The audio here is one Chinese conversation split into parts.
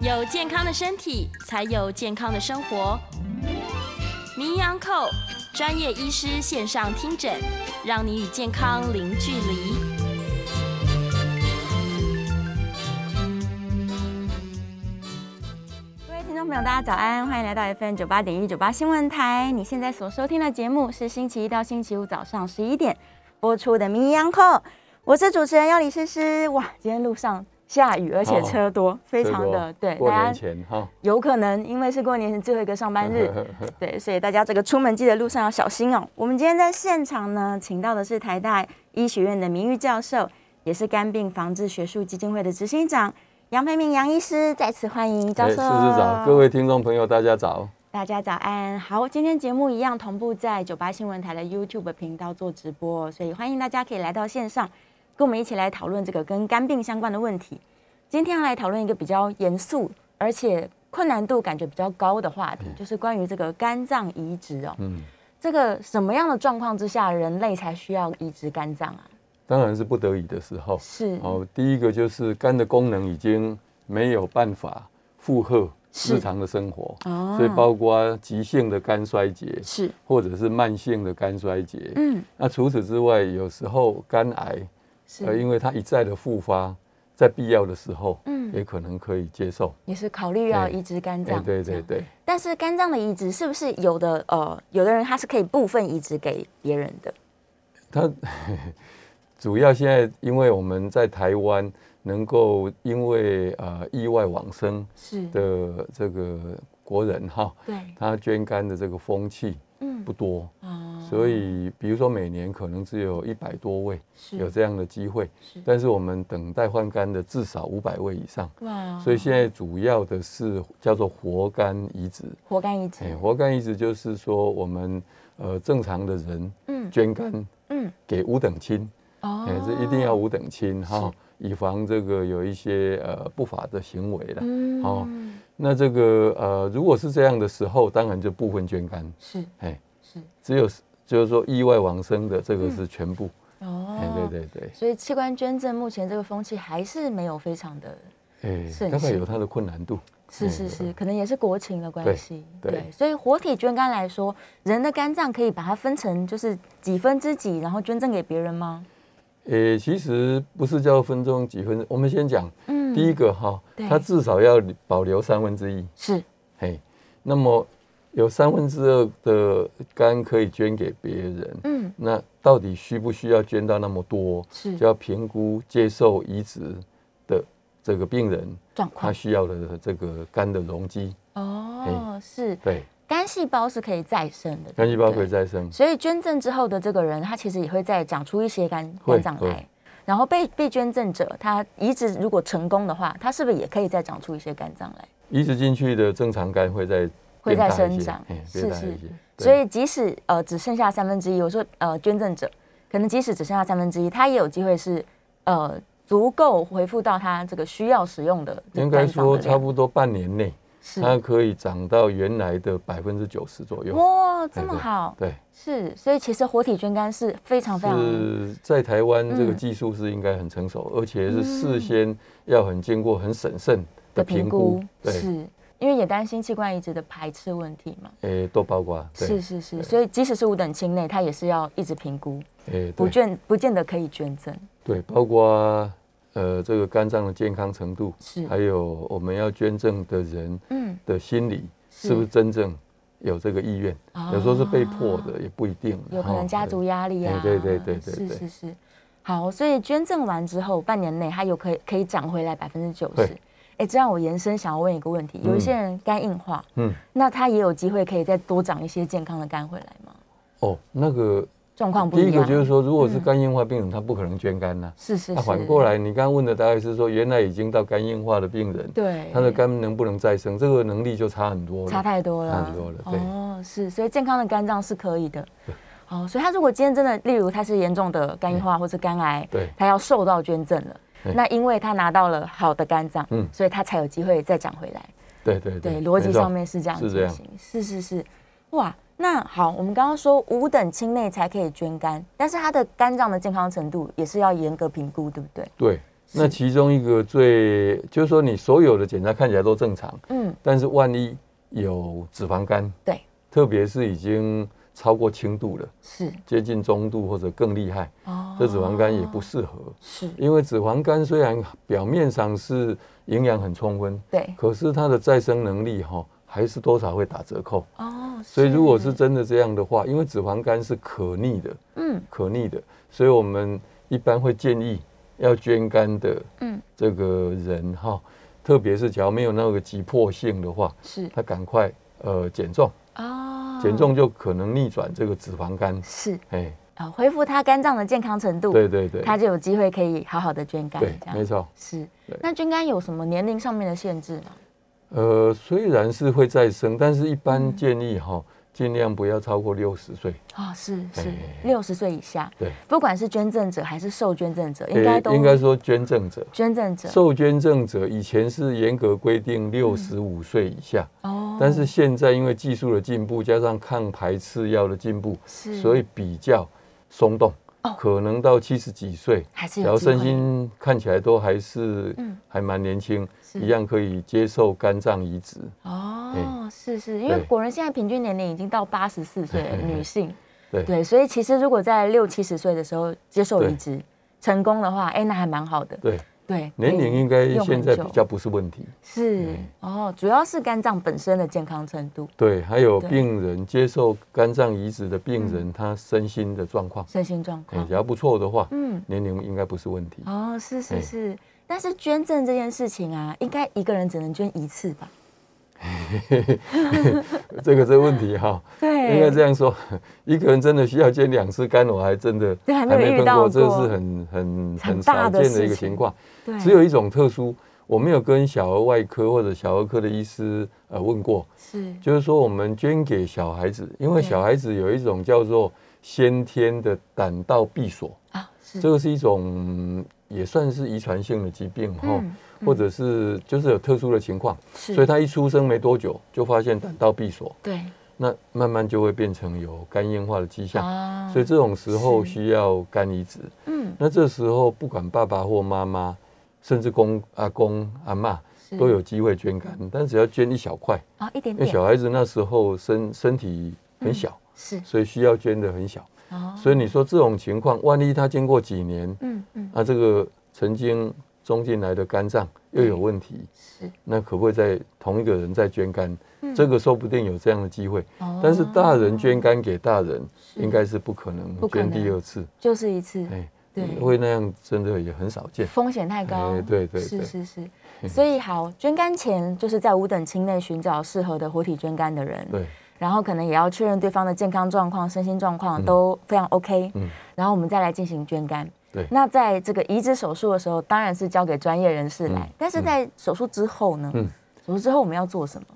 有健康的身体，才有健康的生活。名医安扣专业医师线上听诊，让你与健康零距离。各位听众朋友，大家早安，欢迎来到 FM 九八点一九八新闻台。你现在所收听的节目是星期一到星期五早上十一点播出的《名医央叩》，我是主持人要李诗诗。哇，今天路上下雨，而且车多，非常的对，过年前哈，哎有可能因为是过年前最后一个上 班日，对，所以大家这个出门记得路上要小心哦。我们今天在现场呢，请到的是台大医学院的名誉教授，也是肝病防治学术基金会的执行长杨培明杨医师，再次欢迎教哎授。是市长，各位听众朋友，大家早。大家早安，好，今天节目一样同步在九八新闻台的 YouTube 频道做直播，所以欢迎大家可以来到线上，跟我们一起来讨论这个跟肝病相关的问题。今天要来讨论一个比较严肃，而且困难度感觉比较高的话题，就是关于这个肝脏移植哦。嗯，这个什么样的状况之下，人类才需要移植肝脏啊？当然是不得已的时候。是，哦，第一个就是肝的功能已经没有办法负荷是日常的生活，哦所以包括急性的肝衰竭是，或者是慢性的肝衰竭。嗯，那除此之外，有时候肝癌，呃，是，因为它一再的复发，在必要的时候，嗯也可能可以接受。也是考虑要哎移植肝哎脏。对这样对对。但是肝脏的移植是不是有的呃，有的人他是可以部分移植给别人的？它主要现在，因为我们在台湾能够因为呃意外往生是，的这个国人哈，对，他捐肝的这个风气嗯不多，啊所以比如说每年可能只有一百多位是有这样的机会是，但是我们等待换肝的至少五百位以上，哇所以现在主要的是叫做活肝移植。活肝移植，哎，活肝移植就是说我们呃正常的人嗯捐肝嗯，给五等亲。哦哎、这一定要五等亲哈是，以防这个有一些呃不法的行为了。嗯哦，那这个呃，如果是这样的时候，当然就部分捐肝，是哎，是只有就是说意外往生的这个是全部，哦哎、对对对，所以器官捐赠目前这个风气还是没有非常的，哎、是大概是有它的困难度，是是是，可能也是国情的关对系。对所以活体捐肝来说，人的肝脏可以把它分成就是几分之几，然后捐赠给别人吗？呃、其实不是叫分钟几分钟，我们先讲、嗯第一个哈对，它至少要保留三分之一，是嘿，那么有三分之二的肝可以捐给别人，嗯那到底需不需要捐到那么多？是就要评估接受移植的这个病人状他况需要的这个肝的容积，哦，是对，肝细胞是可以再生的，肝细胞可以对不再生对。，所以捐赠之后的这个人，他其实也会再长出一些肝会肝脏癌会。然后被被捐赠者，他移植如果成功的话，他是不是也可以再长出一些肝脏来？移植进去的正常肝会再会再变大一生些长嘿是变大是一些。对所以即使呃只剩下三分之一，我说呃捐赠者可能即使只剩下三分之一，他也有机会是呃足够回复到他这个需要使用的这个应该肝脏的说量。差不多半年内，是它可以长到原来的百分之九十左右。哇，这哎么对好，对，是所以其实活体捐肝是非常非常是在台湾这个嗯技术是应该很成熟，而且是事先要很经过很审慎的的评评估估，，对，是因为也担心器官移植的排斥问题嘛。诶，呃都包括，是对，是是，所以即使是五等亲内，他也是要一直评估，诶，不对见不见得可以捐赠。对，包括呃这个肝脏的健康程度，是还有我们要捐赠的人嗯，的心理是啊是不是真正有这个意愿？有时候是被迫的，也不一定。有可能哦家族对压力啊。对对对对是对是是。好，所以捐赠完之后，半年内它有可以可以涨回来百分之九十对。哎，这让我延伸想要问一个问题：有一些人肝硬化，嗯那他也有机会可以再多长一些健康的肝回来吗？哦，那个状况不第一样。一个就是说，如果是嗯肝硬化病人，他不可能捐肝呐。是是那是。反过，来，你刚刚问的大概是说，原来已经到肝硬化的病人，对，他的肝能不能再生，这个能力就差很多了。差太多了，差很多了对哦，是，所以健康的肝脏是可以的。哦，所以他如果今天真的，例如他是严重的肝硬化或是肝癌，嗯对他要受到捐赠了，对那因为他拿到了好的肝脏，嗯所以他才有机会再长回来。对对对，对，逻辑没错上面是这样是进这样。行，是是是，哇，那好，我们刚刚说五等亲内才可以捐肝，但是他的肝脏的健康程度也是要严格评估，对不对？对，那其中一个最就是说，你所有的检查看起来都正常，嗯，但是万一有脂肪肝，对，特别是已经超过轻度了，是接近中度或者更厉害，哦这脂肪肝也不适合。是，因为脂肪肝虽然表面上是营养很充分，对，可是它的再生能力哈、还是多少会打折扣。哦，所以如果是真的这样的话，因为脂肪肝是可逆的，嗯可逆的，所以我们一般会建议要捐肝的嗯这个人哈、特别是假如没有那个急迫性的话，是他赶快呃减重，哦，减重就可能逆转这个脂肪肝。是哎，呃恢复他肝脏的健康程度，对对对，他就有机会可以好好的捐肝，对这，样没错。是对。那捐肝有什么年龄上面的限制吗？呃，虽然是会再生，但是一嗯般建议哈、尽量不要超过六十岁。哦，是是哎，六十岁以下，对，不管是捐赠者还是受捐赠者，应该诶都应该说捐赠者、捐赠者受捐赠者以前是严格规定六十五岁以下，哦但是现在因为技术的进步，加上抗排斥药的进步，是所以比较松动，哦可能到七十几岁，还是然有后机会身心看起来都还是、嗯还蛮年轻，是一样可以接受肝脏移植。哦，哎是是，因为对国人现在平均年龄已经到八十四 岁了，女性对对，所以其实如果在六七十岁的时候接受移对植成功的话，哎，那还蛮好的，对，对，年可以龄应该用很现在比久较不是问题。是嗯哦，主要是肝脏本身的健康程度、对，还有对嗯病人接受肝脏移植的病人，他身心的状况，身心状哎况只，要不错的话，嗯，年龄应该不是问题。哦，是是哎是，但是捐赠这件事情啊，应该一个人只能捐一次吧？这个这问题哈，对应该这样说， 一个人真的需要捐两次肝，我还真的对还没有遇碰到过这是很很很很大少的见的事一个情哎情况。对，只有一种特殊，我没有跟小儿外科或者小儿科的医师呃问过，是就是说我们捐给小孩子，因为对小孩子有一种叫做先天的胆道闭锁。啊，是这个是一种嗯也算是遗传性的疾病哈、嗯嗯或者是就是有特殊的情况，是，所以他一出生没多久就发现胆道闭锁，对那慢慢就会变成有肝硬化的迹象。啊所以这种时候是需要肝移植，嗯那这时候不管爸爸或妈妈，甚至公阿公阿妈是都有机会捐肝，但只要捐一小块，啊一点因为点小孩子那时候身身体很小，是所以需要捐的很小。嗯哦，所以你说这种情况，万一他经过几年，嗯嗯那这个曾经种进来的肝脏又有问题，是那可不可以在同一个人再捐肝？嗯这个说不定有这样的机会。哦但是大人捐肝给大人，应该是不可能不可捐能第二次，就是一次，哎，对会那样真的也很少见。风险太高，哎对对嗯是对是是，所以好捐肝前就是在五等亲内寻找适合的活体捐肝的人，对，然后可能也要确认对方的健康状况、身心状况都非常 OK，、嗯然后我们再来进行捐肝。对那在这个移植手术的时候，当然是交给专业人士来，嗯但是在手术之后呢？嗯手术之后我们要做什么？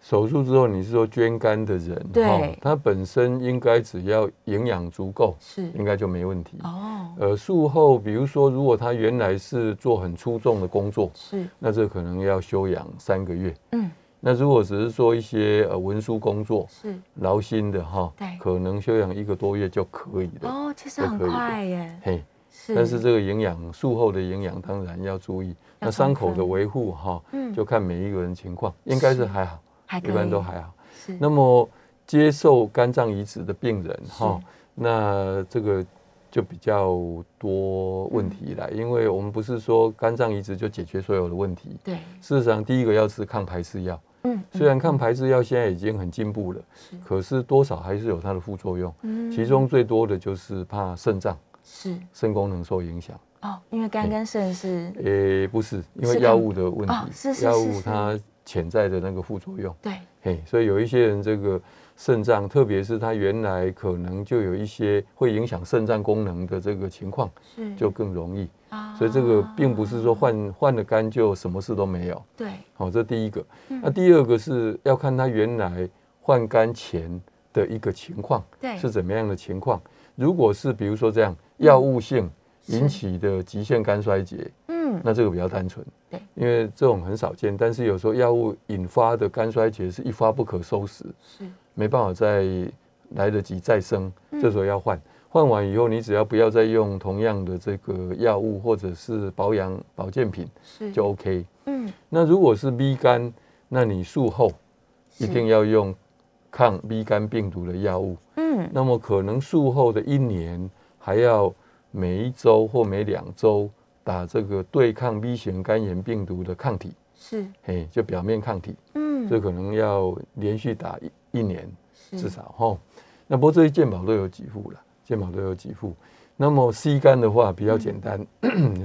手术之后你是说捐肝的人，对哦他本身应该只要营养足够，是应该就没问题。哦，呃，术后比如说，如果他原来是做很出众的工作，是那这可能要休养三个月。嗯那如果只是做一些呃文书工作、是劳心的哈对，可能休养一个多月就可以了。哦，其实就很可以了快耶，嘿，是但是这个营养术后的营养当然要注意，那伤口的维护哈，嗯就看每一个人情况，应该是还好，还可一以嗯般都还好。是那么接受肝脏移植的病人哈是，那这个就比较多问题来，嗯因为我们不是说肝脏移植就解决所有的问题。对事实上，第一个要吃抗排斥药，嗯虽然抗排斥药现在已经很进步了是，可是多少还是有它的副作用。嗯其中最多的就是怕肾脏、是肾功能受影响。哦，因为肝跟肾是诶，不是，因是为抗药物的问哦是是题，药是物是它潜在的那个副作用。对嘿，所以有一些人这个肾脏，特别是他原来可能就有一些会影响肾脏功能的这个情况，是就更容易。啊所以这个并不是说换换了肝就什么事都没有。对好、这第一个。嗯那第二个是要看他原来换肝前的一个情况对是怎么样的情况。如果是比如说这样药物性嗯是引起的急性肝衰竭，嗯那这个比较单纯。对，因为这种很少见，但是有时候药物引发的肝衰竭是一发不可收拾，是嗯没办法再来得及再生，这时候要换。换完以后，你只要不要再用同样的这个药物或者是保养保健品是就 OK。嗯那如果是 B 肝，那你术后是一定要用抗 B 肝病毒的药物。嗯那么可能术后的一年还要每一周或每两周打这个对抗 B 型肝炎病毒的抗体，是嘿，就表面抗体，嗯这可能要连续打一一年是至少哈。那不过这些健保都有给付了，健保都有给付。那么 C 肝的话比较简单、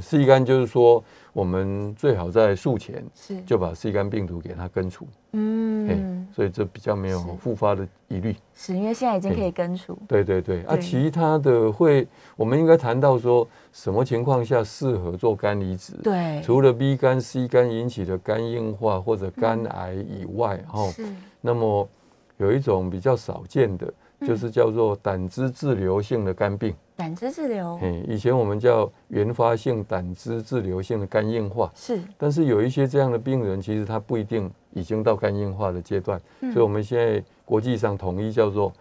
c 嗯肝就是说我们最好在术前是就把 C 肝病毒给它根除，嘿嗯，所以这比较没有是复发的疑虑。是因为现在已经嘿可以根除对对对，啊，对其他的会，我们应该谈到说什么情况下适合做肝移植？，对除了 B 肝、C 肝引起的肝硬化或者肝癌以外，哈、是那么有一种比较少见的，就是叫做胆汁滞留性的肝病。胆汁滞留嘿，以前我们叫原发性胆汁滞留性的肝硬化，是但是有一些这样的病人，其实他不一定已经到肝硬化的阶段，所以我们现在国际上统一叫做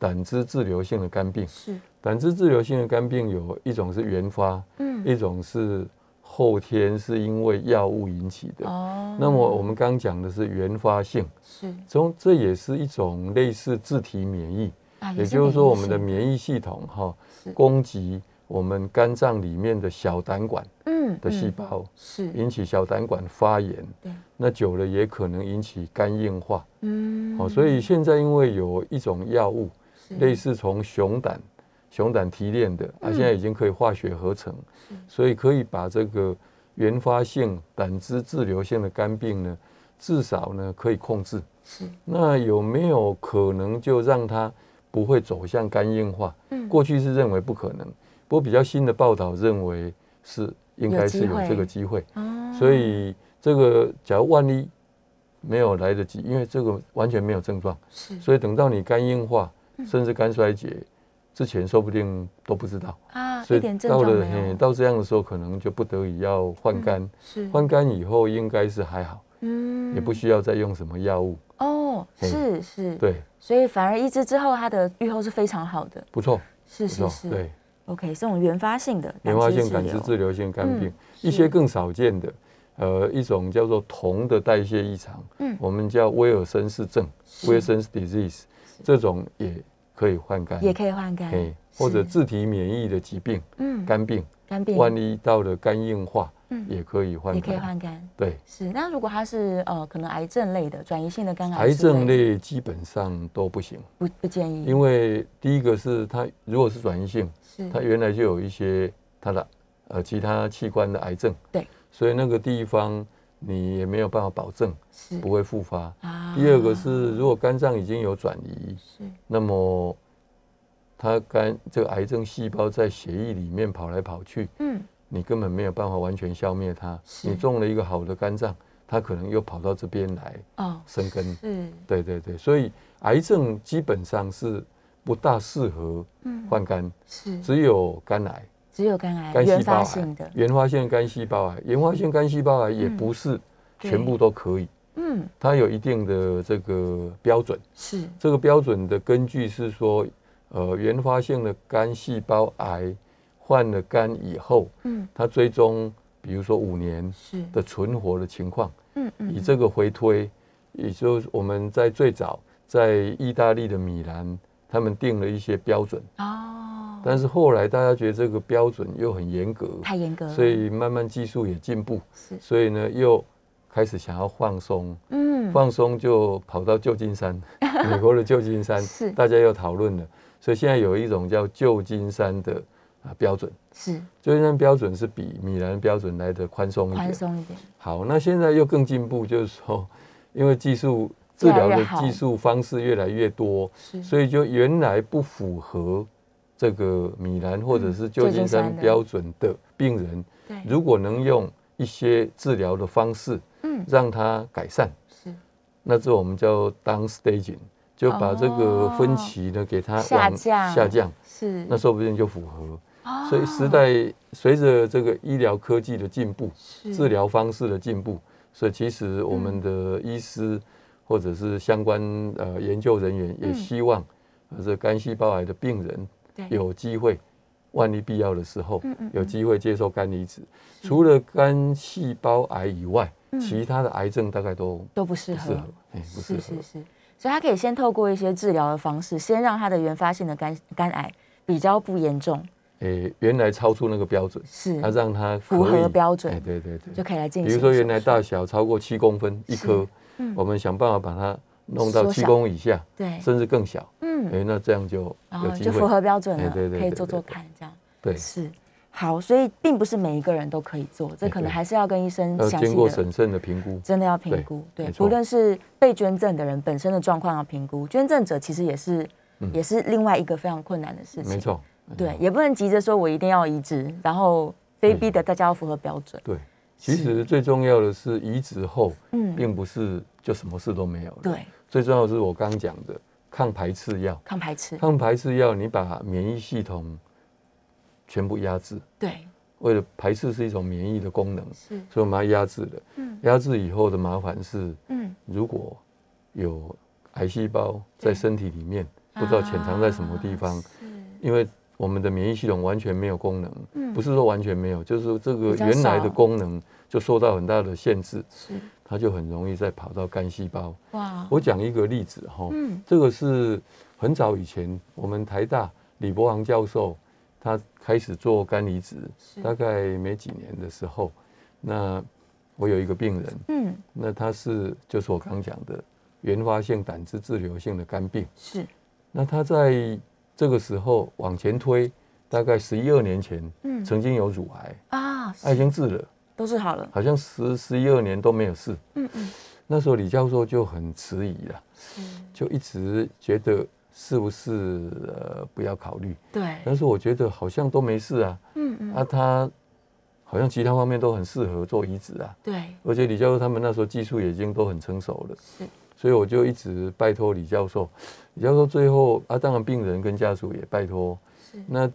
胆汁滞留性的肝病。是胆汁滞留性的肝病有一种是原发，嗯一种是后天是因为药物引起的。哦那么我们刚讲的是原发性，是从这也是一种类似自体免疫，啊也就是说我们的免疫免疫系统哈是攻击我们肝脏里面的小胆管性嗯的细嗯胞，是引起小胆管发炎对，那久了也可能引起肝硬化。嗯好，哦所以现在因为有一种药物，是类似从熊胆、熊胆提炼的啊，现在已经可以化学合成，所以可以把这个原发性胆汁滞留性的肝病呢，至少呢可以控制。是那有没有可能就让它不会走向肝硬化？嗯过去是认为不可能，不过比较新的报道认为是应该是有机有会这个机会。嗯哦所以这个假如万一没有来得及，因为这个完全没有症状，是所以等到你肝硬化嗯甚至肝衰竭之前，说不定都不知道。啊所一以点症到状了没嘿有到这样的时候，可能就不得已要换肝。是换肝以后应该是还好，嗯也不需要再用什么药物。哦嘿是是对，所以反而医治之后它的预后是非常好的不错，是不是错。是对， OK 这种原发性的原发胆汁性滞感知留滞留性肝病嗯，一是些更少见的，呃，一种叫做铜的代谢异常嗯，我们叫威尔森氏症是 （Wilson's disease），这种也可以换肝，也可以换肝嘿或者是自体免疫的疾病，嗯肝病。肝病万一到了肝硬化，嗯也可以换也肝，可以换肝对，是那如果它是呃可能癌症类的转移性的肝癌癌之症的嗯类基本上都不行，不不建议因为第一个是它如果是转移性，是它原来就有一些它的呃其他器官的癌症，对，所以那个地方你也没有办法保证是不会复发。嗯啊第二个是如果肝脏已经有转移，是那么它肝这个癌症细胞在血液里面跑来跑去，嗯你根本没有办法完全消灭它。是你种了一个好的肝脏，它可能又跑到这边来哦生根。是对对对，所以癌症基本上是不大适合嗯换肝，是只有肝癌、只有肝癌肝原细发胞性癌的、原发性肝细胞癌、原发性肝细胞癌也不是嗯对全部都可以，嗯它有一定的这个标准。是这个标准的根据是说，呃，原发性的肝细胞癌换了肝以后，嗯它追踪，比如说五年是的存活的情况，嗯嗯以这个回推，也就是我们在最早在意大利的米兰，他们定了一些标准，哦但是后来大家觉得这个标准又很严格，太严格了所以慢慢技术也进步，是所以呢又开始想要放松，嗯放松就跑到旧金 山，美国的旧金山是，大家又讨论了，所以现在有一种叫旧金山的啊标准。是旧金山标准是比米兰标准来的宽松一点宽，松一点好，那现在又更进步，就是说， 因为技术治越来疗越的好技术方式越来越多，是所以就原来不符合这个米兰或者是嗯旧金旧金山山的标准的病人，对如果能用一些治疗的方式嗯让它改善，是那这我们叫 down staging，就把这个分歧呢给它往哦下降下降，是那说不定就符合。哦所以时代随着这个医疗科技的进步，是治疗方式的进步，所以其实我们的医师或嗯者是相关呃研究人员也希望，呃，这肝细胞癌的病人对有机会，万一必要的时候嗯嗯，有机会接受肝移植。除了肝细胞癌以外，其他的癌症大概都都不嗯适不合适合，，哎，不适是合是。是，所以他可以先透过一些治疗的方式，先让他的原发性的肝肝癌比较不严重，诶，哎原来超出那个标准，是它让它符可以合标准哎，对对对，就可以来进行比手如术。说原来大小超过七公分一是颗嗯，我们想办法把它弄到缩七小公以下，对，甚至更小。哎嗯，哎，那这样就然有后机就符会。合标准哎了，对对可以对做对做对看，这样对，是好，所以并不是每一个人都可以做，这哎可能对还是要跟医生要详经细过的。审慎的评估。真的要评对估，对，没错不论是被捐赠的人本身的状况要评估，捐赠者其实也是、嗯也是另外一个非常困难的事情。没，错，嗯对，也不能急着说我一定要移植，然后非逼得大家要符合标准。对。其实最重要的是移植后，嗯，并不是就什么事都没有了。，对，最重要的是我刚讲的抗排斥药，抗排斥，抗排斥药你把免疫系统全部压制，对，为了排斥是一种免疫的功能，是，所以我们要压制的。嗯压制以后的麻烦是，嗯，如果有癌细胞在身体里面，不知道潜藏在什么地方啊，是因为我们的免疫系统完全没有功能，嗯不是说完全没有，就是说这个比较原来少的功能就受到很大的限制，是，它就很容易再跑到肝细胞。哇，我讲一个例子哈，嗯这个是很早以前我们台大李伯航教授他开始做肝移植，是大概没几年的时候，那我有一个病人，嗯，那他是就是我刚讲的原发性胆汁滞留性的肝病。是，那他在这个时候往前推，大概十一二年前，嗯曾经有乳癌，啊，他已经治了，都是好了，好像十十一二年都没有事。嗯嗯，那时候李教授就很迟疑了，是，就一直觉得是不是呃不要考虑。对，但是我觉得好像都没事啊，嗯嗯，啊他好像其他方面都很适合做移植啊，对，而且李教授他们那时候技术已经都很成熟了。是，所以我就一直拜托李教授，李教授最后啊，当然病人跟家属也拜托是，那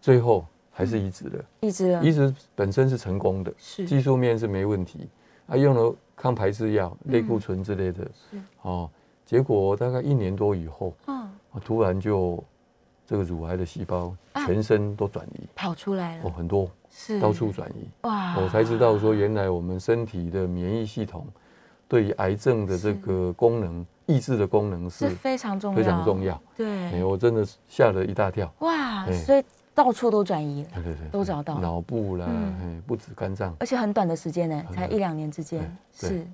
最后还是移植了，一直了移植本身是成功的，技是，术面是没问题，啊，用了抗排斥药、类固醇之类的，嗯是哦，结果大概一年多以后，嗯，我突然就这个乳癌的细胞啊嗯全身都转移，跑出来哦，了，很多是，到处转移，哇，我才知道说，原来我们身体的免疫系统对于癌症的这是个功能、抑制的功能是是非常重要，非常重，要。哎，对，我真的吓了一大跳。哇，哎所以到处都转移了，对对对，都找到脑部啦，嗯哎，不止肝脏，而且很短的时间呢，很才短一两年之间，对是。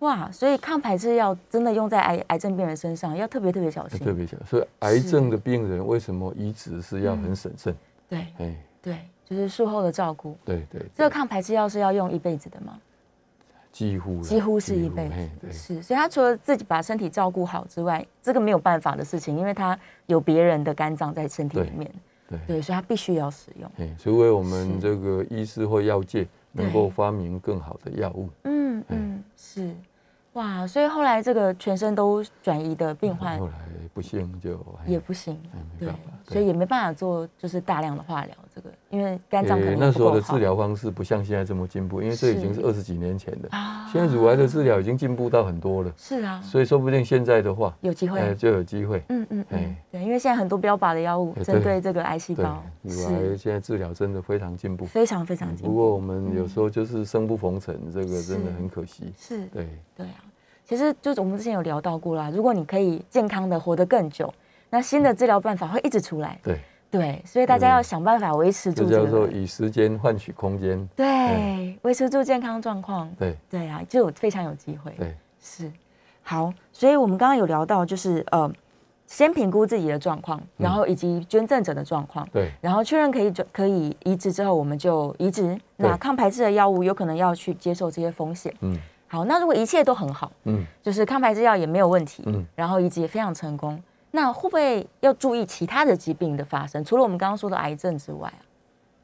哇，所以抗排斥药真的用在癌癌症病人身上，要特别特别小哎心。特别小。所以癌症的病人为什么移植是要嗯很审慎？对哎，对，就是术后的照顾。对对，对这个抗排斥药是要用一辈子的吗？几乎啦几乎是一辈哎子，对是。所以他除了自己把身体照顾好之外，这个没有办法的事情，因为他有别人的肝脏在身体里对面，对对，所以他必须要使用。哎，除非我们是这个医师或药界能够对发明更好的药物，嗯哎嗯，是。哇，所以后来这个全身都转移的病患后来不幸就哎也不行，哎没对办法，对所以也没办法做就是大量的化疗，这个因为肝脏可诶能也那不时候够的好治疗方式不像现在这么进步，因为这已经是是二十几年前的。啊现在乳癌的治疗已经进步到很多了，是啊，所以说不定现在的话，有机会，哎，就有机会。嗯嗯嗯哎，对，因为现在很多标靶的药物哎针对对这个癌细对胞，乳癌是现在治疗真的非常进步。非常非常进不过步，我们有时候就是生不逢辰，这个真的是很可惜。是，对，对啊，其实就是我们之前有聊到过啦，如果你可以健康的活得更久，那新嗯的治疗办法会一直出来，对，对，所以大家要想办法维持这住叫这做哎个，以时间换取空间。对，维持住健康状况，对对啊，就有非常有机会，对，是，好，所以我们刚刚有聊到，就是呃，先评估自己的状况，嗯然后以及捐赠者的状况，对然后确认可以转可以移植之后，我们就移植。那对抗排斥的药物有可能要去接受这些风险。嗯好，那如果一切都很好，嗯，就是抗排斥药也没有问题，嗯然后移植也非常成功，那会不会要注意其他的疾病的发生？除了我们刚刚说的癌症之外啊，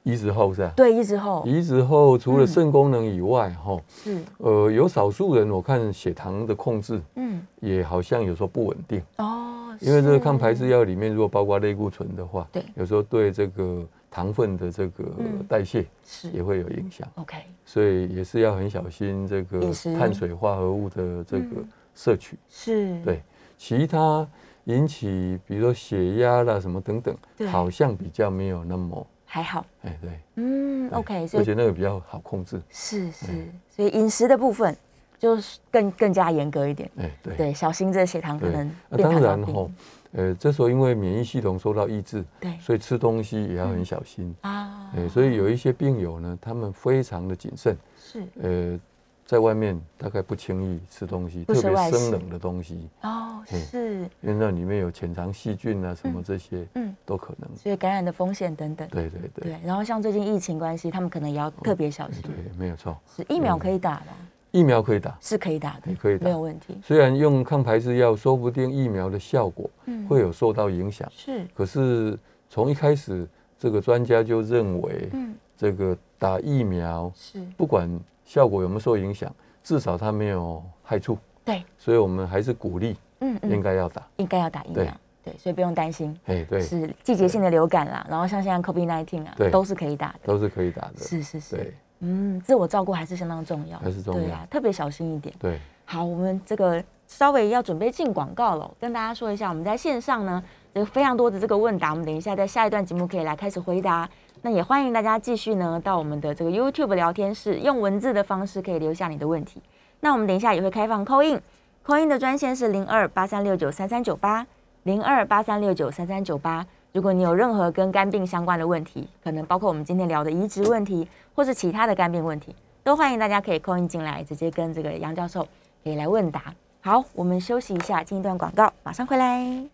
移植后是吧？对，移植后移植后除了嗯肾功能以外，哈，是呃，有少数人我看血糖的控制嗯也好像有时候不稳定。哦，因为这是个抗排斥药里面如果包括类固醇的话，对有时候对这个糖分的这个嗯代谢也是会有影响， OK 所以也是要很小心这个饮食碳水化合物的这个嗯摄取。是对其他引起比如说血压啦什么等等对，好像比较没有那么，还好。哎，对嗯对，OK，所而以且那个比较好控制，是是，所以饮食的部分就是更更加严格一点，哎，对。对，小心这血糖可对能那、变当糖尿然病。哈、呃，这时候因为免疫系统受到抑制，对嗯所以吃东西也要很小心。啊，哎、所以有一些病友呢，他们非常的谨慎，是呃，在外面大概不轻易吃东西，不特吃别外食生冷的东西，哦，嗯是，因为那里面有潜藏细菌啊，什么这些，嗯都可能。所以感染的风险等等。对对对哦对，然后像最近疫情关系，他们可能也要特别小心。对，没有错。是疫苗嗯可以打吗？疫苗可以打，是可以打的，也可以打没有问题。虽然用抗排斥药，说不定疫苗的效果会有受到影响，嗯是，可是从一开始，这个专家就认为，嗯，这个打疫苗是，不管效果有没有受影响，至少它没有害处，对，所以我们还是鼓励嗯应嗯，该要打。应该要打疫苗，对，所以不用担心。哎，对，是季节性的流感啦，然后像现在 COVID 1 9啊，对都是可以打的。都是可以打的。是是是，对嗯，自我照顾还是相当重要，还是重要对啊，特别小心一点。对，好，我们这个稍微要准备进广告了，跟大家说一下，我们在线上呢有非常多的这个问答，我们等一下在下一段节目可以来开始回答。那也欢迎大家继续呢到我们的这个 YouTube 聊天室，用文字的方式可以留下你的问题。那我们等一下也会开放 call in。call in 的专线是零二八三六九三三九八零二八三六九三三九八。如果你有任何跟肝病相关的问题，可能包括我们今天聊的移植问题，或是其他的肝病问题，都欢迎大家可以 call in 进来，直接跟这个杨教授可以来问答。好，我们休息一下，进一段广告，马上回来。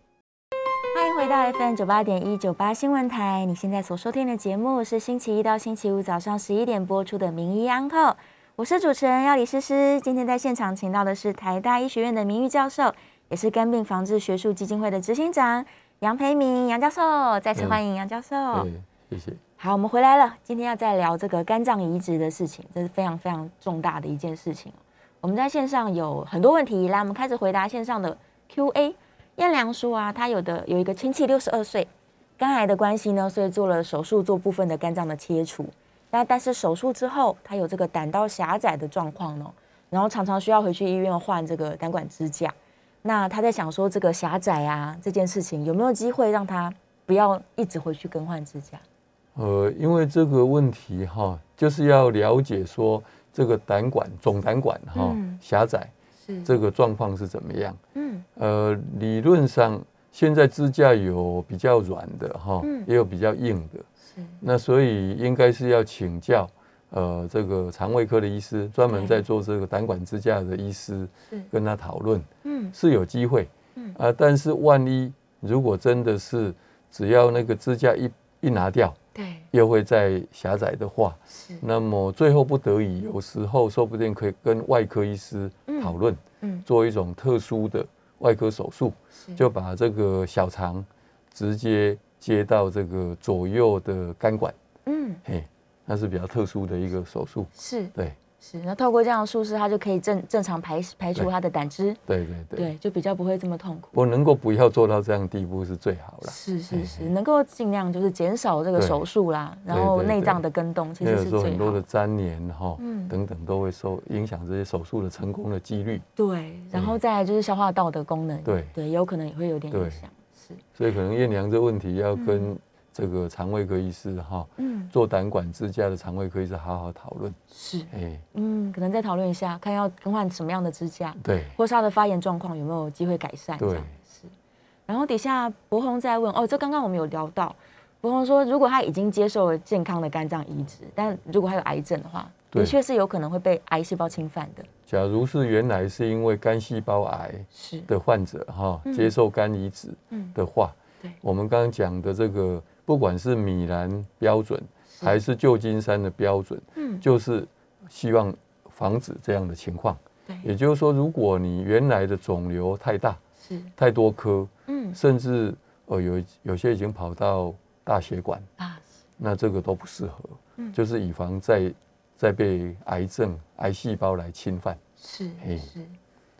欢迎回到 FM 九八点一九八新闻台，你现在所收听的节目是星期一到星期五早上十一点播出的《名医安扣》，我是主持人要李诗诗。今天在现场请到的是台大医学院的名誉教授，也是肝病防治学术基金会的执行长杨培明杨教授，再次欢迎杨教授。哎，谢谢。好，我们回来了。今天要再聊这个肝脏移植的事情，这是非常非常重大的一件事情。我们在线上有很多问题，来，我们开始回答线上的 Q&A。燕良说啊，他有的有一个亲戚六十二岁，肝癌的关系呢，所以做了手术，做部分的肝脏的切除。那但是手术之后，他有这个胆道狭窄的状况呢，然后常常需要回去医院换这个胆管支架。那他在想说，这个狭窄啊这件事情有没有机会让他不要一直回去更换支架？呃，因为这个问题哈，就是要了解说这个胆管总胆管哈嗯狭窄是这个状况是怎么样。嗯呃，理论上现在支架有比较软的哈嗯，也有比较硬的，是那所以应该是要请教呃这个肠胃科的医师，专门在做这个胆管支架的医师是，跟他讨论嗯是有机会嗯，啊，但是万一如果真的是只要那个支架一一拿掉，对又会再狭窄的话，是那么最后不得已，有时候说不定可以跟外科医师讨论，嗯做一种特殊的外科手术，是就把这个小肠直接接到这个左右的肝管，嗯嘿，那是比较特殊的一个手术。是对，是，那透过这样的术式，他就可以正正常排排除对他的胆汁，对对对。对，就比较不会这么痛苦。我能够不要做到这样的地步是最好了，是是嘿是，能够尽量就是减少这个对手术啦，然对后对内对脏的跟动其因为实有是时候很最多好的。粘连哈嗯等等都会受影响这些手术的成功的几率，对，然后再来就是消化道的功能，嗯对对，也有可能也会有点影对响。是，所以可能燕良这问题要跟这个肠胃科医师哈，嗯做胆管支架的肠胃科医师好好讨论。是，哎，嗯，可能再讨论一下，看要更换什么样的支架。对或是他的发炎状况有没有机会改善？对这样是。然后底下博宏在问，哦，这刚刚我们有聊到，博宏说，如果他已经接受了健康的肝脏移植，但如果他有癌症的话，对的确是有可能会被癌细胞侵犯的。假如是原来是因为肝细胞癌是，的患者哈，接受肝移植嗯，的话，对我们刚刚讲的这个，不管是米兰标准还是旧金山的标准，嗯就是希望防止这样的情况。嗯对，也就是说，如果你原来的肿瘤太大、是，太多颗，嗯甚至呃有有些已经跑到大血管，啊，那这个都不适合，嗯就是以防再再被癌症、癌细胞来侵犯。是嘿是。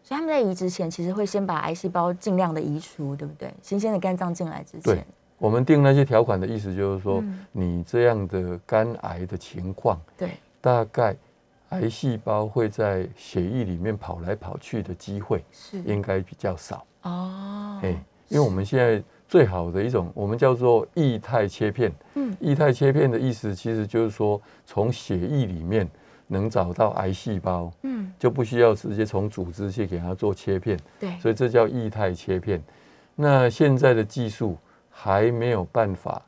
所以他们在移植前，其实会先把癌细胞尽量的移除，对不对？新鲜的肝脏进来之前对，我们定那些条款的意思就是说，嗯你这样的肝癌的情况，对，大概癌细胞会在血液里面跑来跑去的机会是应该比较少。嗯哦哎、因为我们现在最好的一种，我们叫做液态切片。嗯，液态切片的意思其实就是说，从血液里面能找到癌细胞，嗯，就不需要直接从组织去给它做切片，对，所以这叫液态切片。那现在的技术还没有办法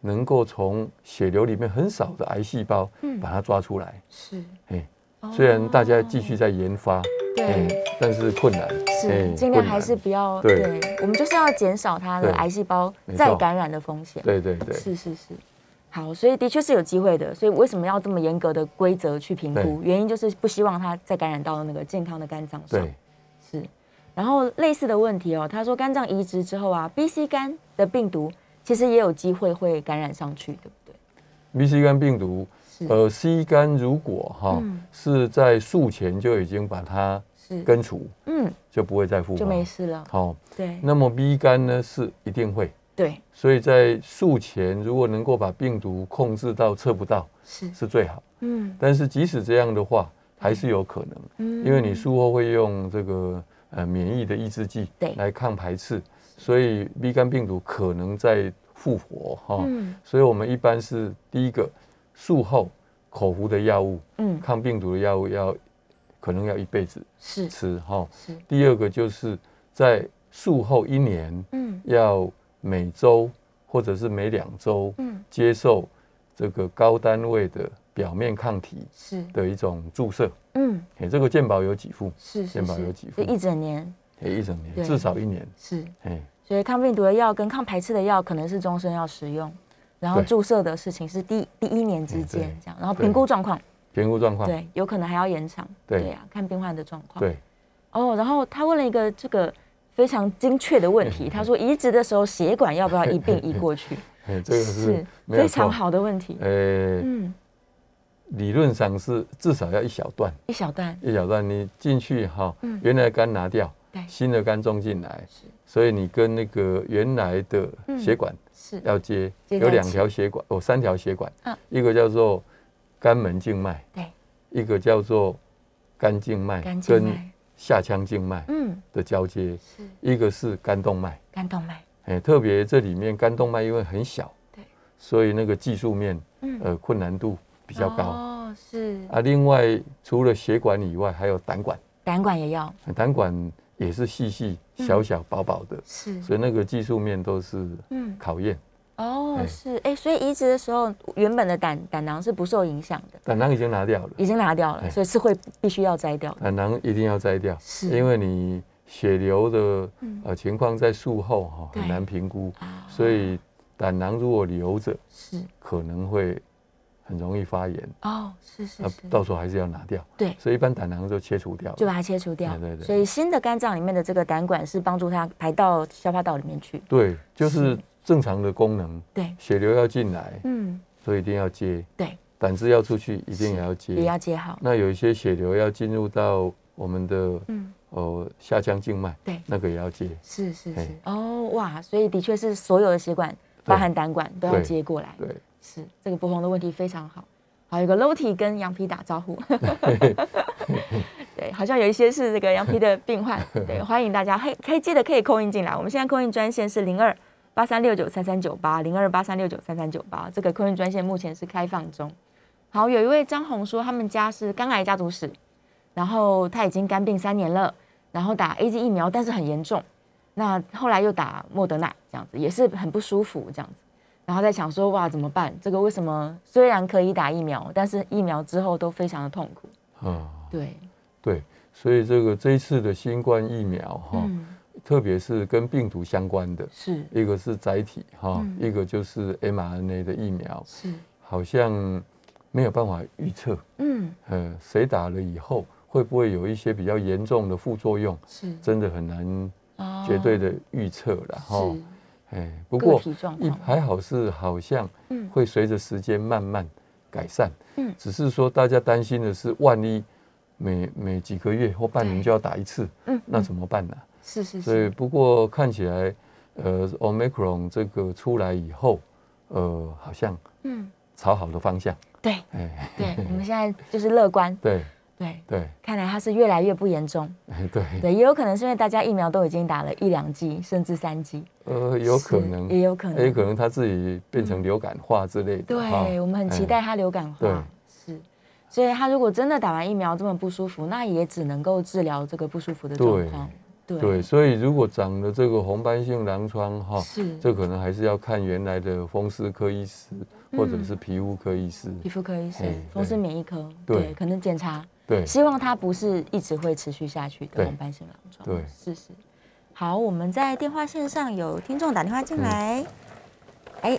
能够从血流里面很少的癌细胞嗯把它抓出来。是。哎，虽然大家继哦续在研发，哎对，但是困难，哎是尽量困还难是不要对我们就是要减少它的对癌细胞没再错感染的风险。对对对。是是是，好，所以的确是有机会的。所以为什么要这么严格的规则去评估？原因就是不希望它再感染到那个健康的肝脏上。对，是。然后类似的问题哦，他说肝脏移植之后啊，B C 肝的病毒其实也有机会会感染上去，对不对？ B C 肝病毒，是、呃，C 肝如果哈、嗯是在术前就已经把它是，根除，嗯，就不会再复发，就没事了。好、对那么 B 肝呢是一定会，对所以在术前如果能够把病毒控制到测不到是，是最好，嗯但是即使这样的话，还是有可能，嗯因为你术后会用这个呃免疫的抑制剂对来抗排斥，所以 B 肝病毒可能在复活哈、嗯所以我们一般是第一个术后口服的药物，嗯抗病毒的药物要可能要一辈子是吃哈、是第二个就是在术后一年嗯要每周或者是每两周嗯接受这个高单位的表面抗体是的一种注射。嗯哎，这个健保有几副？是是健保有是几，副就一整年哎，一整对年至少一年。是。哎，所以抗病毒的药跟抗排斥的药可能是终身要使用，然后对注射的事情是第第一年之嗯间对这样，然后对评估状况，评估状况。对，有可能还要延长，对对啊，看病患的状况。对哦，然后他问了一个这个非常精确的问 题，他说移植的时候血管要不要一并移过去？哎， 这个是没有非常错。好的问题。呃，嗯，理论上是至少要一小段，一小段一小段你进去哈嗯，原来的肝拿掉对，新的肝种进来是，所以你跟那个原来的嗯血管是要接，接在有一起两条血管，哦，三条血管嗯，一个叫做肝门静脉，对一个叫做肝静脉肝静哎跟脉，下腔静脉嗯，的交接，是一个是肝动脉，肝动脉，哎，特别这里面肝动脉因为很小对，所以那个技术面嗯，呃困难度比比较高哦，是啊。另外除了血管以外，还有胆管。呃胆管也要胆管也是细细嗯小小薄薄的，是，所以那个技术面都是嗯。考验。哦，哎是哎、所以移植的时候，原本的胆胆囊是不受影响的，胆囊已经拿掉了，已经拿掉了，哎所以是会必须要摘掉的。胆囊一定要摘掉，是因为你血流的嗯呃情况在术后哈对很难评估，啊，所以胆囊如果留着，是可能会很容易发炎，哦，是是那是，啊到时候还是要拿掉。对所以一般胆囊就切除掉了就把它切除掉。对对对所以新的肝脏里面的这个胆管是帮助它排到消化道里面去。对，就是正常的功能，对，血流要进来，嗯，所以一定要接，对，胆汁要出去，一定也要接，也要接好。那有一些血流要进入到我们的嗯，呃下腔静脉，对那个也要接。是是哎是。哦，哇，所以的确是所有的血管，包含胆管都要对接过来。对，是这个博红的问题非常好。好，有个 Loti 跟羊皮打招呼， 对，好像有一些是这个羊皮的病患，对，欢迎大家，嘿，可以记得可以扣印进来。我们现在扣印专线是零二八三六九三三九八零二八三六九三三九八，这个扣印专线目前是开放中。好，有一位张红说，他们家是肝癌家族史，然后他已经肝病三年了，然后打 A Z 疫苗，但是很严重，那后来又打莫德纳，这样子也是很不舒服，这样子。然后在想说，哇，怎么办？这个为什么虽然可以打疫苗，但是疫苗之后都非常的痛苦。嗯，对，对，所以这个这一次的新冠疫苗哈，嗯，特别是跟病毒相关的，是一个是载体哈，嗯一个就是 mRNA 的疫苗，是，好像没有办法预测，嗯呃，谁打了以后会不会有一些比较严重的副作用，是，真的很难哦绝对的预测了哈是。哎，不个过体状一况，还好是好像嗯会随着时间慢慢改善。嗯只是说大家担心的是，万一每每几个月或半年对就要打一次，嗯那嗯怎么办呢、是是所以是，不过看起来，呃，Omicron 这个出来以后，呃，好像嗯，朝好的方向。对哎， 对，我们现在就是乐观，对对，对，看来它是越来越不严重。哎对，对，也有可能是因为大家疫苗都已经打了一两剂，甚至三剂，呃，有可是嗯能，也有可也能。可能他自己变成流感化之类的。哈对，我们很期。待哎它流感化。对是，所以他如果真的打完疫苗这么不舒服，那也只能够治疗这个不舒服的状对况。对对，所以如果长了这个红斑性狼疮哈，是哦这可能还是要看原来的风湿科医师或者是皮肤科医师。皮肤科医生哎、风湿对免疫科，对对，可能检查，对，希望它不是一直会持续下去的对红斑性狼疮。对是是。好，我们在电话线上有听众打电话嗯进来，哎、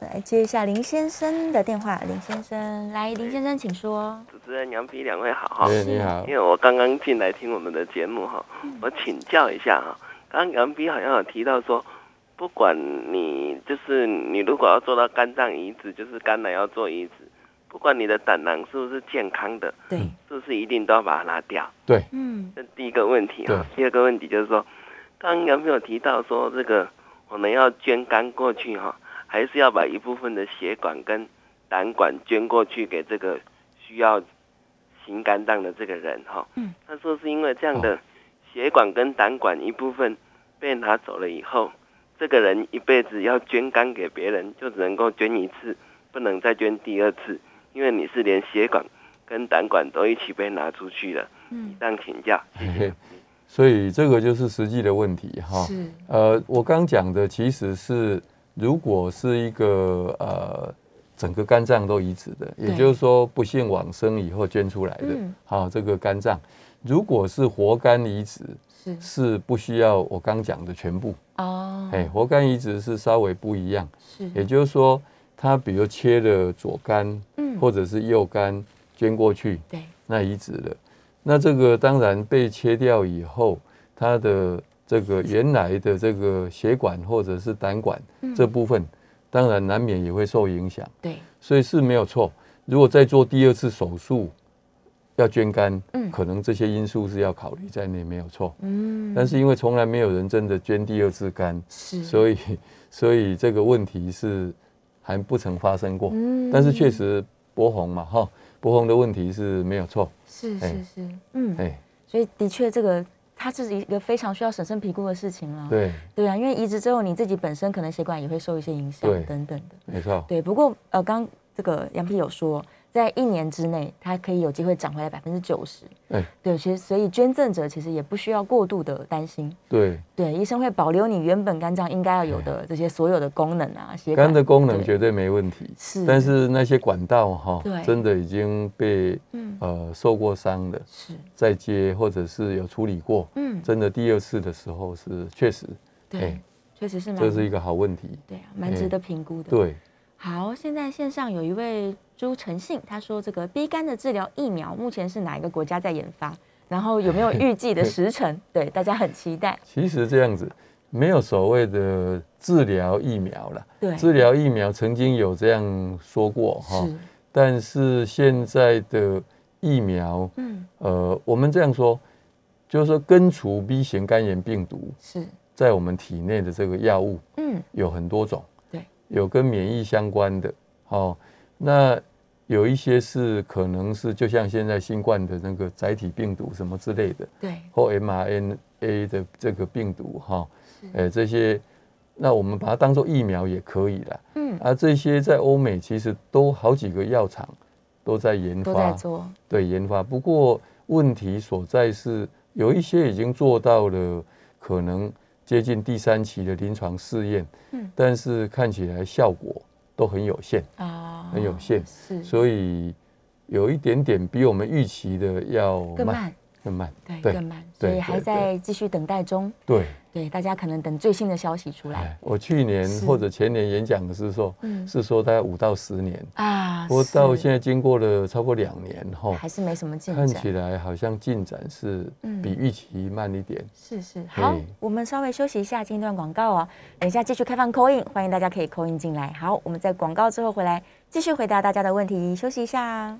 来接一下林先生的电话。林先生，来，林先生请说。主持人杨斌，两位好哈。哎，你好因，为我刚刚进来听我们的节目哈，我请教一下哈。刚刚杨斌好像有提到说，不管你就是你如果要做到肝脏移植，就是肝囊要做移植，不管你的胆囊是不是健康的，嗯对，是不是一定都要把它拿掉？对，嗯，这第一个问题啊。第二个问题就是说，刚刚杨斌有提到说，这个我们要捐肝过去哈，还是要把一部分的血管跟胆管捐过去给这个需要行肝脏的这个人哈。嗯。哦他说是因为这样的血管跟胆管一部分被拿走了以后，这个人一辈子要捐肝给别人，就只能够捐一次，不能再捐第二次，因为你是连血管跟胆管都一起被拿出去了。嗯以上请教。嘿嘿所以这个就是实际的问题哈。是，呃，我刚讲的其实是，如果是一个呃整个肝脏都移植的，也就是说不幸往生以后捐出来的嗯，好、这个肝脏，如果是活肝移植，是，是不需要我刚讲的全部，哦，哎、活肝移植是稍微不一样，是，也就是说，它比如切了左肝嗯或者是右肝捐过去，对，那移植了。那这个当然被切掉以后，它的这个原来的这个血管或者是胆管这部分，当然难免也会受影响，嗯对，所以是没有错。如果再做第二次手术，要捐肝，嗯可能这些因素是要考虑在内，没有错。嗯，但是因为从来没有人真的捐第二次肝，是，以，所以所以这个问题是还不曾发生过。嗯但是确实博红嘛，哈，博红的问题是没有错，是哎是是，嗯，哎，所以的确这个。它是一个非常需要审慎评估的事情了。对，对啊，因为移植之后，你自己本身可能血管也会受一些影响对等等的。没错，对，不过呃，刚这个杨皮有说，在一年之内，它可以有机会涨回来百分之九十。哎，对，其实所以捐赠者其实也不需要过度的担心。对，对，医生会保留你原本肝脏应该要有的这些所有的功能啊，血管肝的功能对绝对没问题，是但是那些管道哈对，真的已经被嗯呃受过伤的，是再接或者是有处理过，嗯真的第二次的时候是确实，对哎，确实是蛮这是一个好问题，对啊，蛮值得评估的。，对，好，现在线上有一位朱诚信，他说这个 B 肝的治疗疫苗目前是哪一个国家在研发？然后有没有预计的时 程？对，大家很期待。其实这样子没有所谓的治疗疫苗了。对，治疗疫苗曾经有这样说过哈，是，但是现在的疫苗，嗯，呃，我们这样说，就是说根除 B 型肝炎病毒是，在我们体内的这个药物嗯，有很多种，对，有跟免疫相关的，哦，那有一些是可能是就像现在新冠的那个载体病毒什么之类的，对，或 mRNA 的这个病毒哈，是呃，这些，那我们把它当做疫苗也可以啦。嗯，啊，这些在欧美其实都好几个药厂都在研都在发，做，对研发。不过问题所在是，有一些已经做到了可能接近第三期的临床试验，嗯但是看起来效果都很有限，啊，很有限是，所以有一点点比我们预期的要更慢，更慢，对，对更慢，所对以对还对在继续等待中。对。对，大家可能等最新的消息出来哎，我去年是或者前年演讲的是说，嗯是说大概五到十年，啊。哎不过到是现在经过了超过两年哈，还是没什么进看展起。来好像进展是嗯比预期慢一点。是是，好嘿，我们稍微休息一下，进一段广告哦。等一下继续开放 call in，欢迎大家可以 call in 进来。好，我们在广告之后回来继续回答大家的问题，休息一下。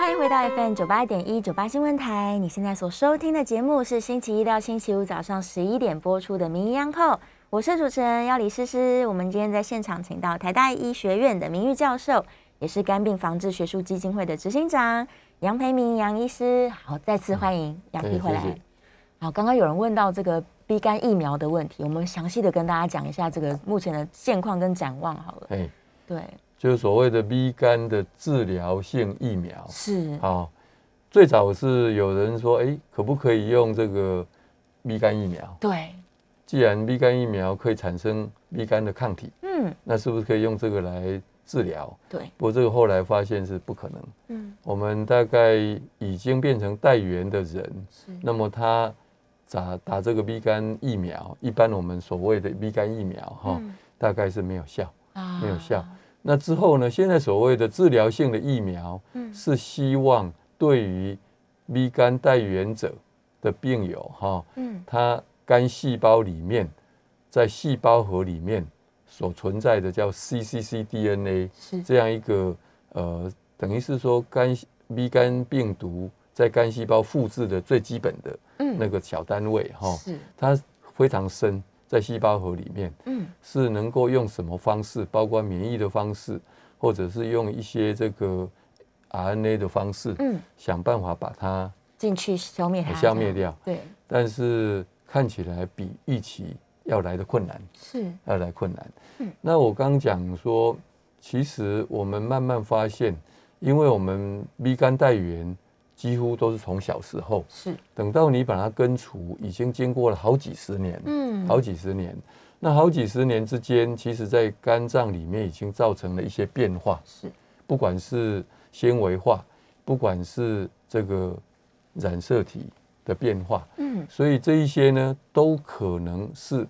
欢迎回到 FM 九八点一九八新闻台，你现在所收听的节目是星期一到星期五早上十一点播出的《名医央叩》，我是主持人要李诗诗。我们今天在现场请到台大医学院的名誉教授也是肝病防治学术基金会的执行长杨培明杨医师。好，再次欢迎杨哎医回来。谢谢好，刚刚有人问到这个 B 肝疫苗的问题，我们详细的跟大家讲一下这个目前的现况跟展望好了。哎，对，就是所谓的 B 肝的治疗性疫苗。是，好，最早是有人说，哎，可不可以用这个 B 肝疫苗？对，既然 B 肝疫苗可以产生 B 肝的抗体，嗯，那是不是可以用这个来治疗？对，不过这个后来发现是不可能。嗯，我们大概已经变成带源的人，那么他打打这个 B 肝疫苗，一般我们所谓的 B 肝疫苗哈、大概是没有嗯效。啊哦没有效。那之后呢？现在所谓的治疗性的疫苗，嗯是希望对于 B 肝带原者的病友哈、嗯，它肝细胞里面在细胞核里面所存在的叫 cccDNA 是这样一个呃，等于是说肝 B 肝病毒在肝细胞复制的最基本的嗯那个哦小单位哈、是，它非常深，在细胞核里面。嗯，是能够用什么方式，包括免疫的方式，或者是用一些这个 RNA 的方式，嗯，想办法把它进去消灭它，消灭掉。这样，对，但是看起来比预期要来的困难，是，要来困难。嗯那我刚讲说，其实我们慢慢发现，因为我们 B 肝带源几乎都是从小时候，是，等到你把它根除，已经经过了好几十年了。嗯，好几十年。那好几十年之间，其实在肝脏里面已经造成了一些变化，是，不管是纤维化，不管是这个染色体的变化，嗯，所以这一些呢，都可能是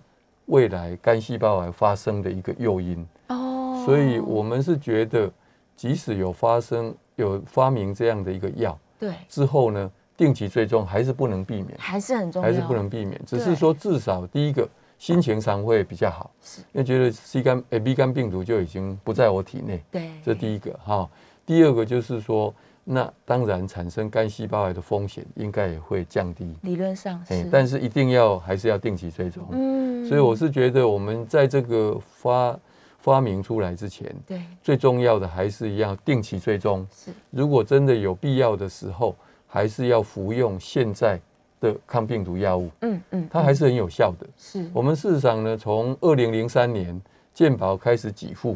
未来肝细胞癌发生的一个诱因。哦，所以我们是觉得，即使有发生有发明这样的一个药对之后呢，定期追踪还是不能避免。还是很重要，还是不能避免，只对是说至少第一个心情上会比较好，因为觉得 C 肝诶 B 肝病毒就已经不在我体内，对，这第一个哈、第二个就是说，那当然产生肝细胞癌的风险应该也会降低，理论上诶是，哎但是一定要还是要定期追踪。嗯，所以我是觉得我们在这个发发明出来之前，对最重要的还是要定期追踪。是如果真的有必要的时候，还是要服用现在的抗病毒药物。嗯嗯，它还是很有效的。是我们事实上呢，从二零零三年健保开始给付，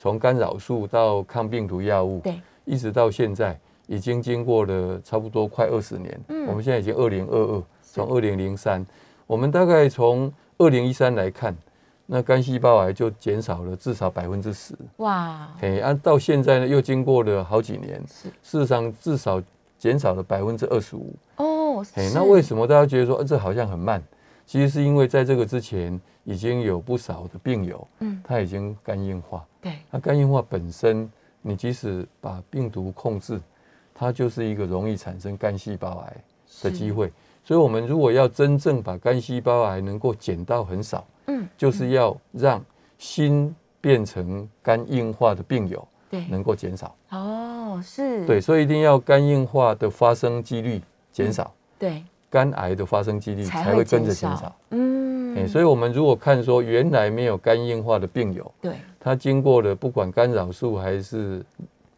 从干扰素到抗病毒药物，对一直到现在，已经经过了差不多快二十年。嗯我们现在已经二零二二，从二零零三，我们大概从二零一三来看，那肝细胞癌就减少了至少百分之十。哇，嘿，啊，到现在呢，又经过了好几年，是事实上至少减少了百分之二十五。哦，哎，是那为什么大家觉得说、呃这好像很慢？其实是因为在这个之前，已经有不少的病友，嗯他已经肝硬化。对那肝硬化本身，你即使把病毒控制，它就是一个容易产生肝细胞癌的机会。所以，我们如果要真正把肝细胞癌能够减到很少，嗯就是要让新变成肝硬化的病友对能够减少。哦是对，所以一定要肝硬化的发生几率减少。对肝癌的发生几率嗯才会跟着减少。，嗯，哎，所以我们如果看说原来没有肝硬化的病友，对他经过了不管干扰素还是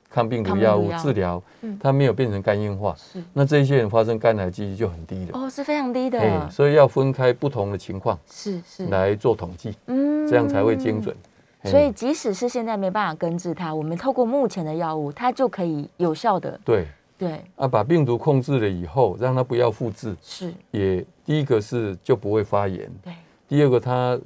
抗病毒药抗病毒物药治疗嗯，他没有变成肝硬化，是那这些人发生肝癌几率就很低了。哦是非常低哎，的，所以要分开不同的情况是是，来做统计，嗯这样才会精准。。嘿所以，即使是现在没办法根治它，我们透过目前的药物，它就可以有效的对对啊，把病毒控制了以后，让它不要复制，是，也第一个是就不会发炎，对第二个，它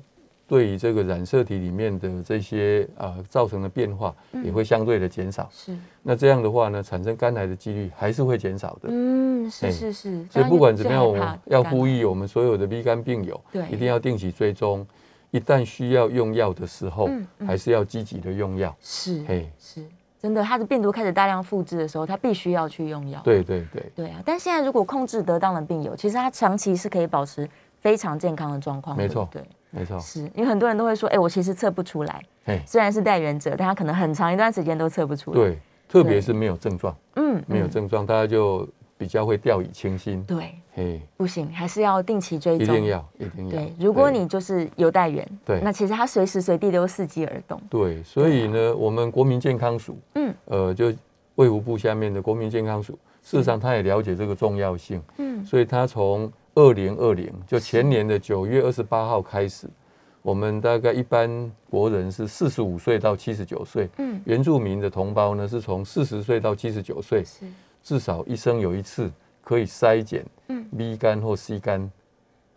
对于这个染色体里面的这些啊、呃造成的变化嗯也会相对的减少。是，那这样的话呢，产生肝癌的几率还是会减少的。嗯是哎是是。所以不管怎么当然样，我最害们怕要感呼吁我们所有的 B 肝病友对，一定要定期追踪。一旦需要用药的时候，嗯嗯还是要积极的用药。是嘿，是，真的，它的病毒开始大量复制的时候，它必须要去用药。对对对，对啊，但现在如果控制得当的病友，其实他长期是可以保持非常健康的状况。没对不错对，没错。是因为很多人都会说，哎、我其实测不出来，嘿，虽然是带源者，但他可能很长一段时间都测不出来。，对，特别是没有症状，嗯，没有嗯症状，大家就比较会掉以轻心。对，嘿，不行，还是要定期追一踪。啊定要，一定要。对，如果你就是有带源，对那其实它随时随地都伺机而动。对，所以呢，我们国民健康署，嗯呃，就卫福部下面的国民健康署，事实上他也了解这个重要性，嗯，所以他从二零二零就前年的九月二十八号开始，我们大概一般国人是四十五岁到七十九岁，嗯，原住民的同胞呢是从四十岁到七十九岁，是至少一生有一次可以筛检嗯 B 肝或 C 肝。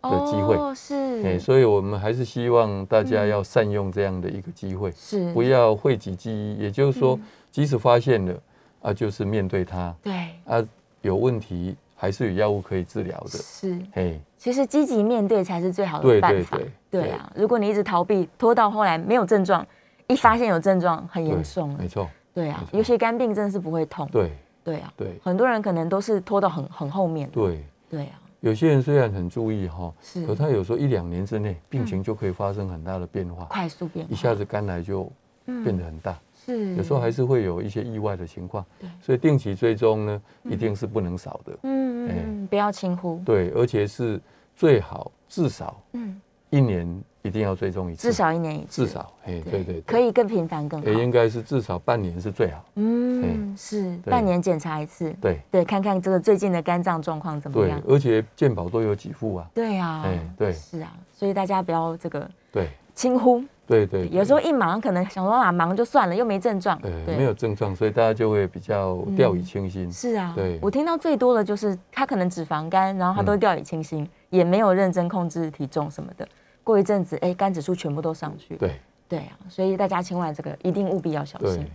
的机会哦，是，哎，所以我们还是希望大家要善用这样的一个机会。是不要讳疾忌医，也就是说，嗯即使发现了啊，就是面对它对，啊，有问题还是有药物可以治疗的。是，嘿，其实积极面对才是最好的对办对法。对对啊，如果你一直逃避，拖到后来没有症状，一发现有症状很对严重了没。错，对啊没，错尤其肝病真的是不会痛。对对啊，对很多人可能都是拖到很很后面。对。对啊，有些人虽然很注意哈，是可他有时候一两年之内病情就可以发生很大的变化，快速变化，一下子肝癌就嗯变得很大，是有时候还是会有一些意外的情况对。所以定期追踪呢，一定是不能少的。嗯嗯哎嗯，不要轻忽。对，而且是最好至少嗯，一年一定要追踪一次，至少一年一次。至少，哎，对对对，可以更频繁更好也。应该是至少半年是最好。嗯，是对半年检查一次，对对，看看这个最近的肝脏状况怎么对样，。而且健保都有给付啊。对啊哎，对是啊，所以大家不要这个对轻忽，对对，有时候一忙可能想说啊忙就算了，又没症状，呃没有症状，所以大家就会比较掉以轻心。是啊，对嗯我听到最多的就是他可能脂肪肝，然后他都掉以轻心，也没有认真控制体重什么的。过一阵子，哎，肝指数全部都上去。对对啊，所以大家千万这个一定务必要小心对。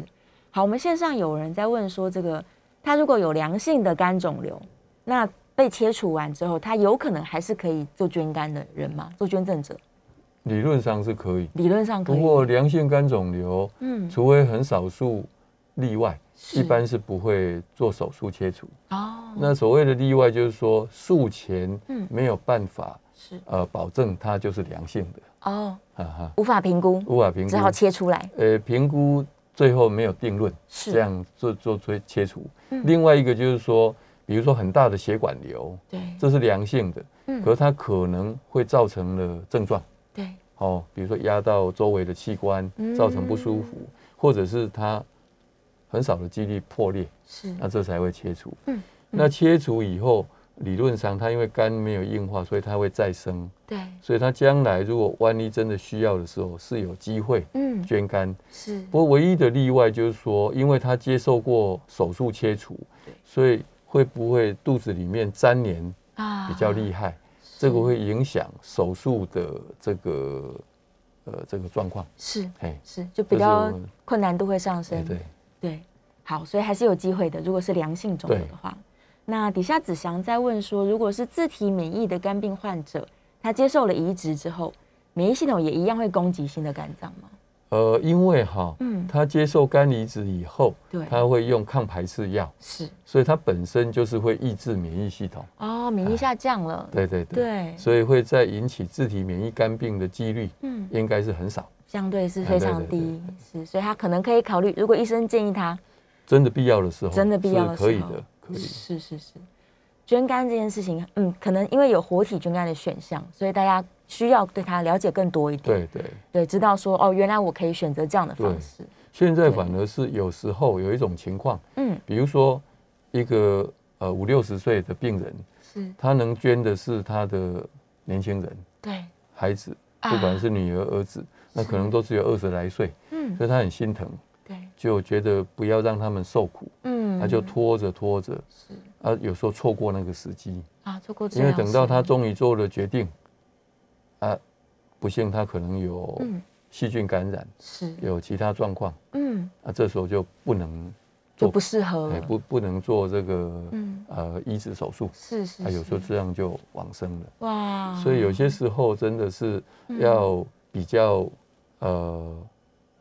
是，好，我们线上有人在问说，这个他如果有良性的肝肿瘤，那被切除完之后，他有可能还是可以做捐肝的人吗？做捐赠者，理论上是可以，理论上可不以。过良性肝肿瘤，嗯，除非很少数例外，是一般是不会做手术切除。哦，那所谓的例外就是说，术前嗯没有办法是呃保证它就是良性的，哦，哈哈，无法评估，无法评估只。好切出来。呃，评估最后没有定论，是这样做做推切除。嗯另外一个就是说，比如说很大的血管瘤，对这是良性的，嗯可它可能会造成了症状对，哦，比如说压到周围的器官，嗯造成不舒服，或者是它很少的几率破裂，是那这才会切除。嗯嗯那切除以后，理论上它因为肝没有硬化，所以它会再生，对，所以它将来如果万一真的需要的时候，是有机会嗯，捐肝。是不过唯一的例外就是说，因为他接受过手术切除，所以会不会肚子里面粘连啊比较厉害，这个会影响手术的这个呃这个状况。是嘿，是，就比这是我较们困难度会上对升。对，对好，所以还是有机会的。如果是良性肿瘤对的话，那底下子祥在问说，如果是自体免疫的肝病患者，他接受了移植之后，免疫系统也一样会攻击新的肝脏吗？呃，因为哈，嗯他接受肝移植以后对，他会用抗排斥药，是所以它本身就是会抑制免疫系统。哦，免疫下降了。对对对，对所以会在引起自体免疫肝病的几率嗯，应该是很少，相对是啊非对常对对低，是，所以他可能可以考虑，如果医生建议他，真的必要的时候，真的必要的是可以时候的，可以。是是是，捐肝这件事情，嗯，可能因为有活体捐肝的选项，所以大家需要对它了解更多一点，对对，对，知道说哦，原来我可以选择这样的方对式，现在反而是有时候有一种情况，嗯，比如说一个呃五六十岁的病人，是他能捐的是他的年轻人、对，孩子，啊不管是女儿、儿子，那可能都只有二十来岁，嗯，所以他很心疼，对，就觉得不要让他们受苦，嗯，他就拖着拖着，是啊，有时候错过那个时机，啊，做过治因为疗等到师他终于做了决定，啊，不幸他可能有嗯细菌感染，是有其他状况，嗯啊，这时候就不能就做不适合哎，了，不不能做这个嗯呃移植手术，是是啊，有是时候这样就往生了。哇，嗯所以有些时候真的是要比较呃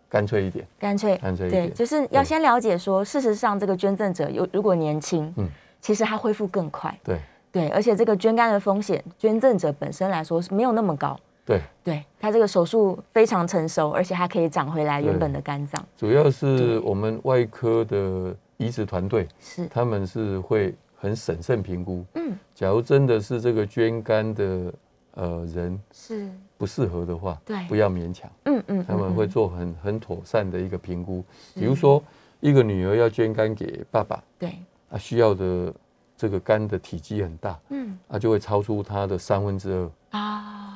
干脆一点，干脆干脆一对，点就是要对先了解说，事实上这个捐赠者有如果年轻，嗯其实他恢复更快。对对，而且这个捐肝的风险，捐赠者本身来说是没有那么高。对，对他这个手术非常成熟，而且它可以长回来原本的肝脏。主要对是我们外科的移植团队，是他们是会很审慎评估。嗯，假如真的是这个捐肝的呃人是，不适合的话，对不要勉强，嗯嗯，他们嗯会做很很妥善的一个评估。比如说，一个女儿要捐肝给爸爸，对，啊，需要的这个肝的体积很大，嗯啊，就会超出她的三分之二，啊，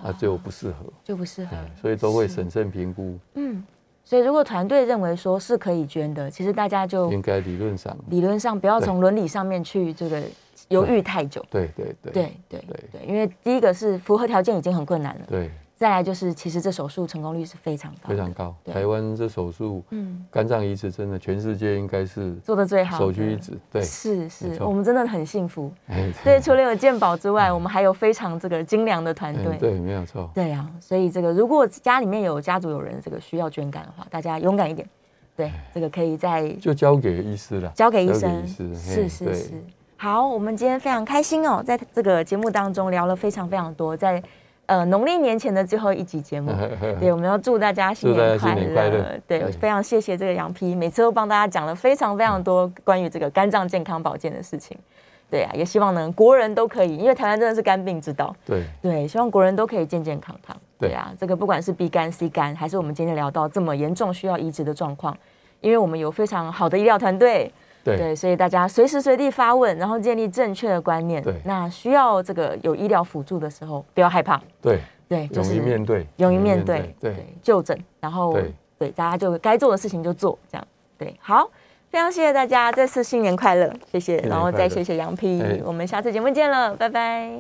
啊，最后不适合，就不适合，哎，所以都会是审慎评估，嗯，所以如果团队认为说是可以捐的，其实大家就应该理论上，理论上不要嗯对从伦理上面去这个犹豫太久。对对对对对对对，因为第一个是符合条件已经很困难了，对，再来就是其实这手术成功率是非常高的，非常高。对台湾这手术，嗯，肝脏移植真的全世界应该是做的最好的，首屈一指，对，是是没，错我们真的很幸福。哎对，除了有健保之外，我们还有非常这个精良的团嗯队。对，没有错，对啊，所以这个如果家里面有家族有人这个需要捐肝的话，大家勇敢一点，对，这个可以再就交给医师了，交给医生。医师是嘿是对是。好，我们今天非常开心哦，在这个节目当中聊了非常非常多，在呃农历年前的最后一集 节目，对，我们要祝大家新祝大年家快新乐。年快乐对，对非常谢谢这个杨皮，每次都帮大家讲了非常非常嗯多关于这个肝脏健康保健的事情。对啊，也希望能国人都可以，因为台湾真的是肝病之道。对，对，希望国人都可以健健康康。对对啊，这个不管是 B 肝、C 肝，还是我们今天聊到这么严重需要移植的状况，因为我们有非常好的医疗团队，对，对，所以大家随时随地发问，然后建立正确的观念。对那需要这个有医疗辅助的时候，不要害怕，对，对，就勇是于面对，勇于面对，对，就诊，然后对对大家就该做的事情就做，这样对，好。非常谢谢大家，再次新年快乐，谢谢，新年然后快再乐谢谢杨皮哎，我们下次节目见了，拜拜。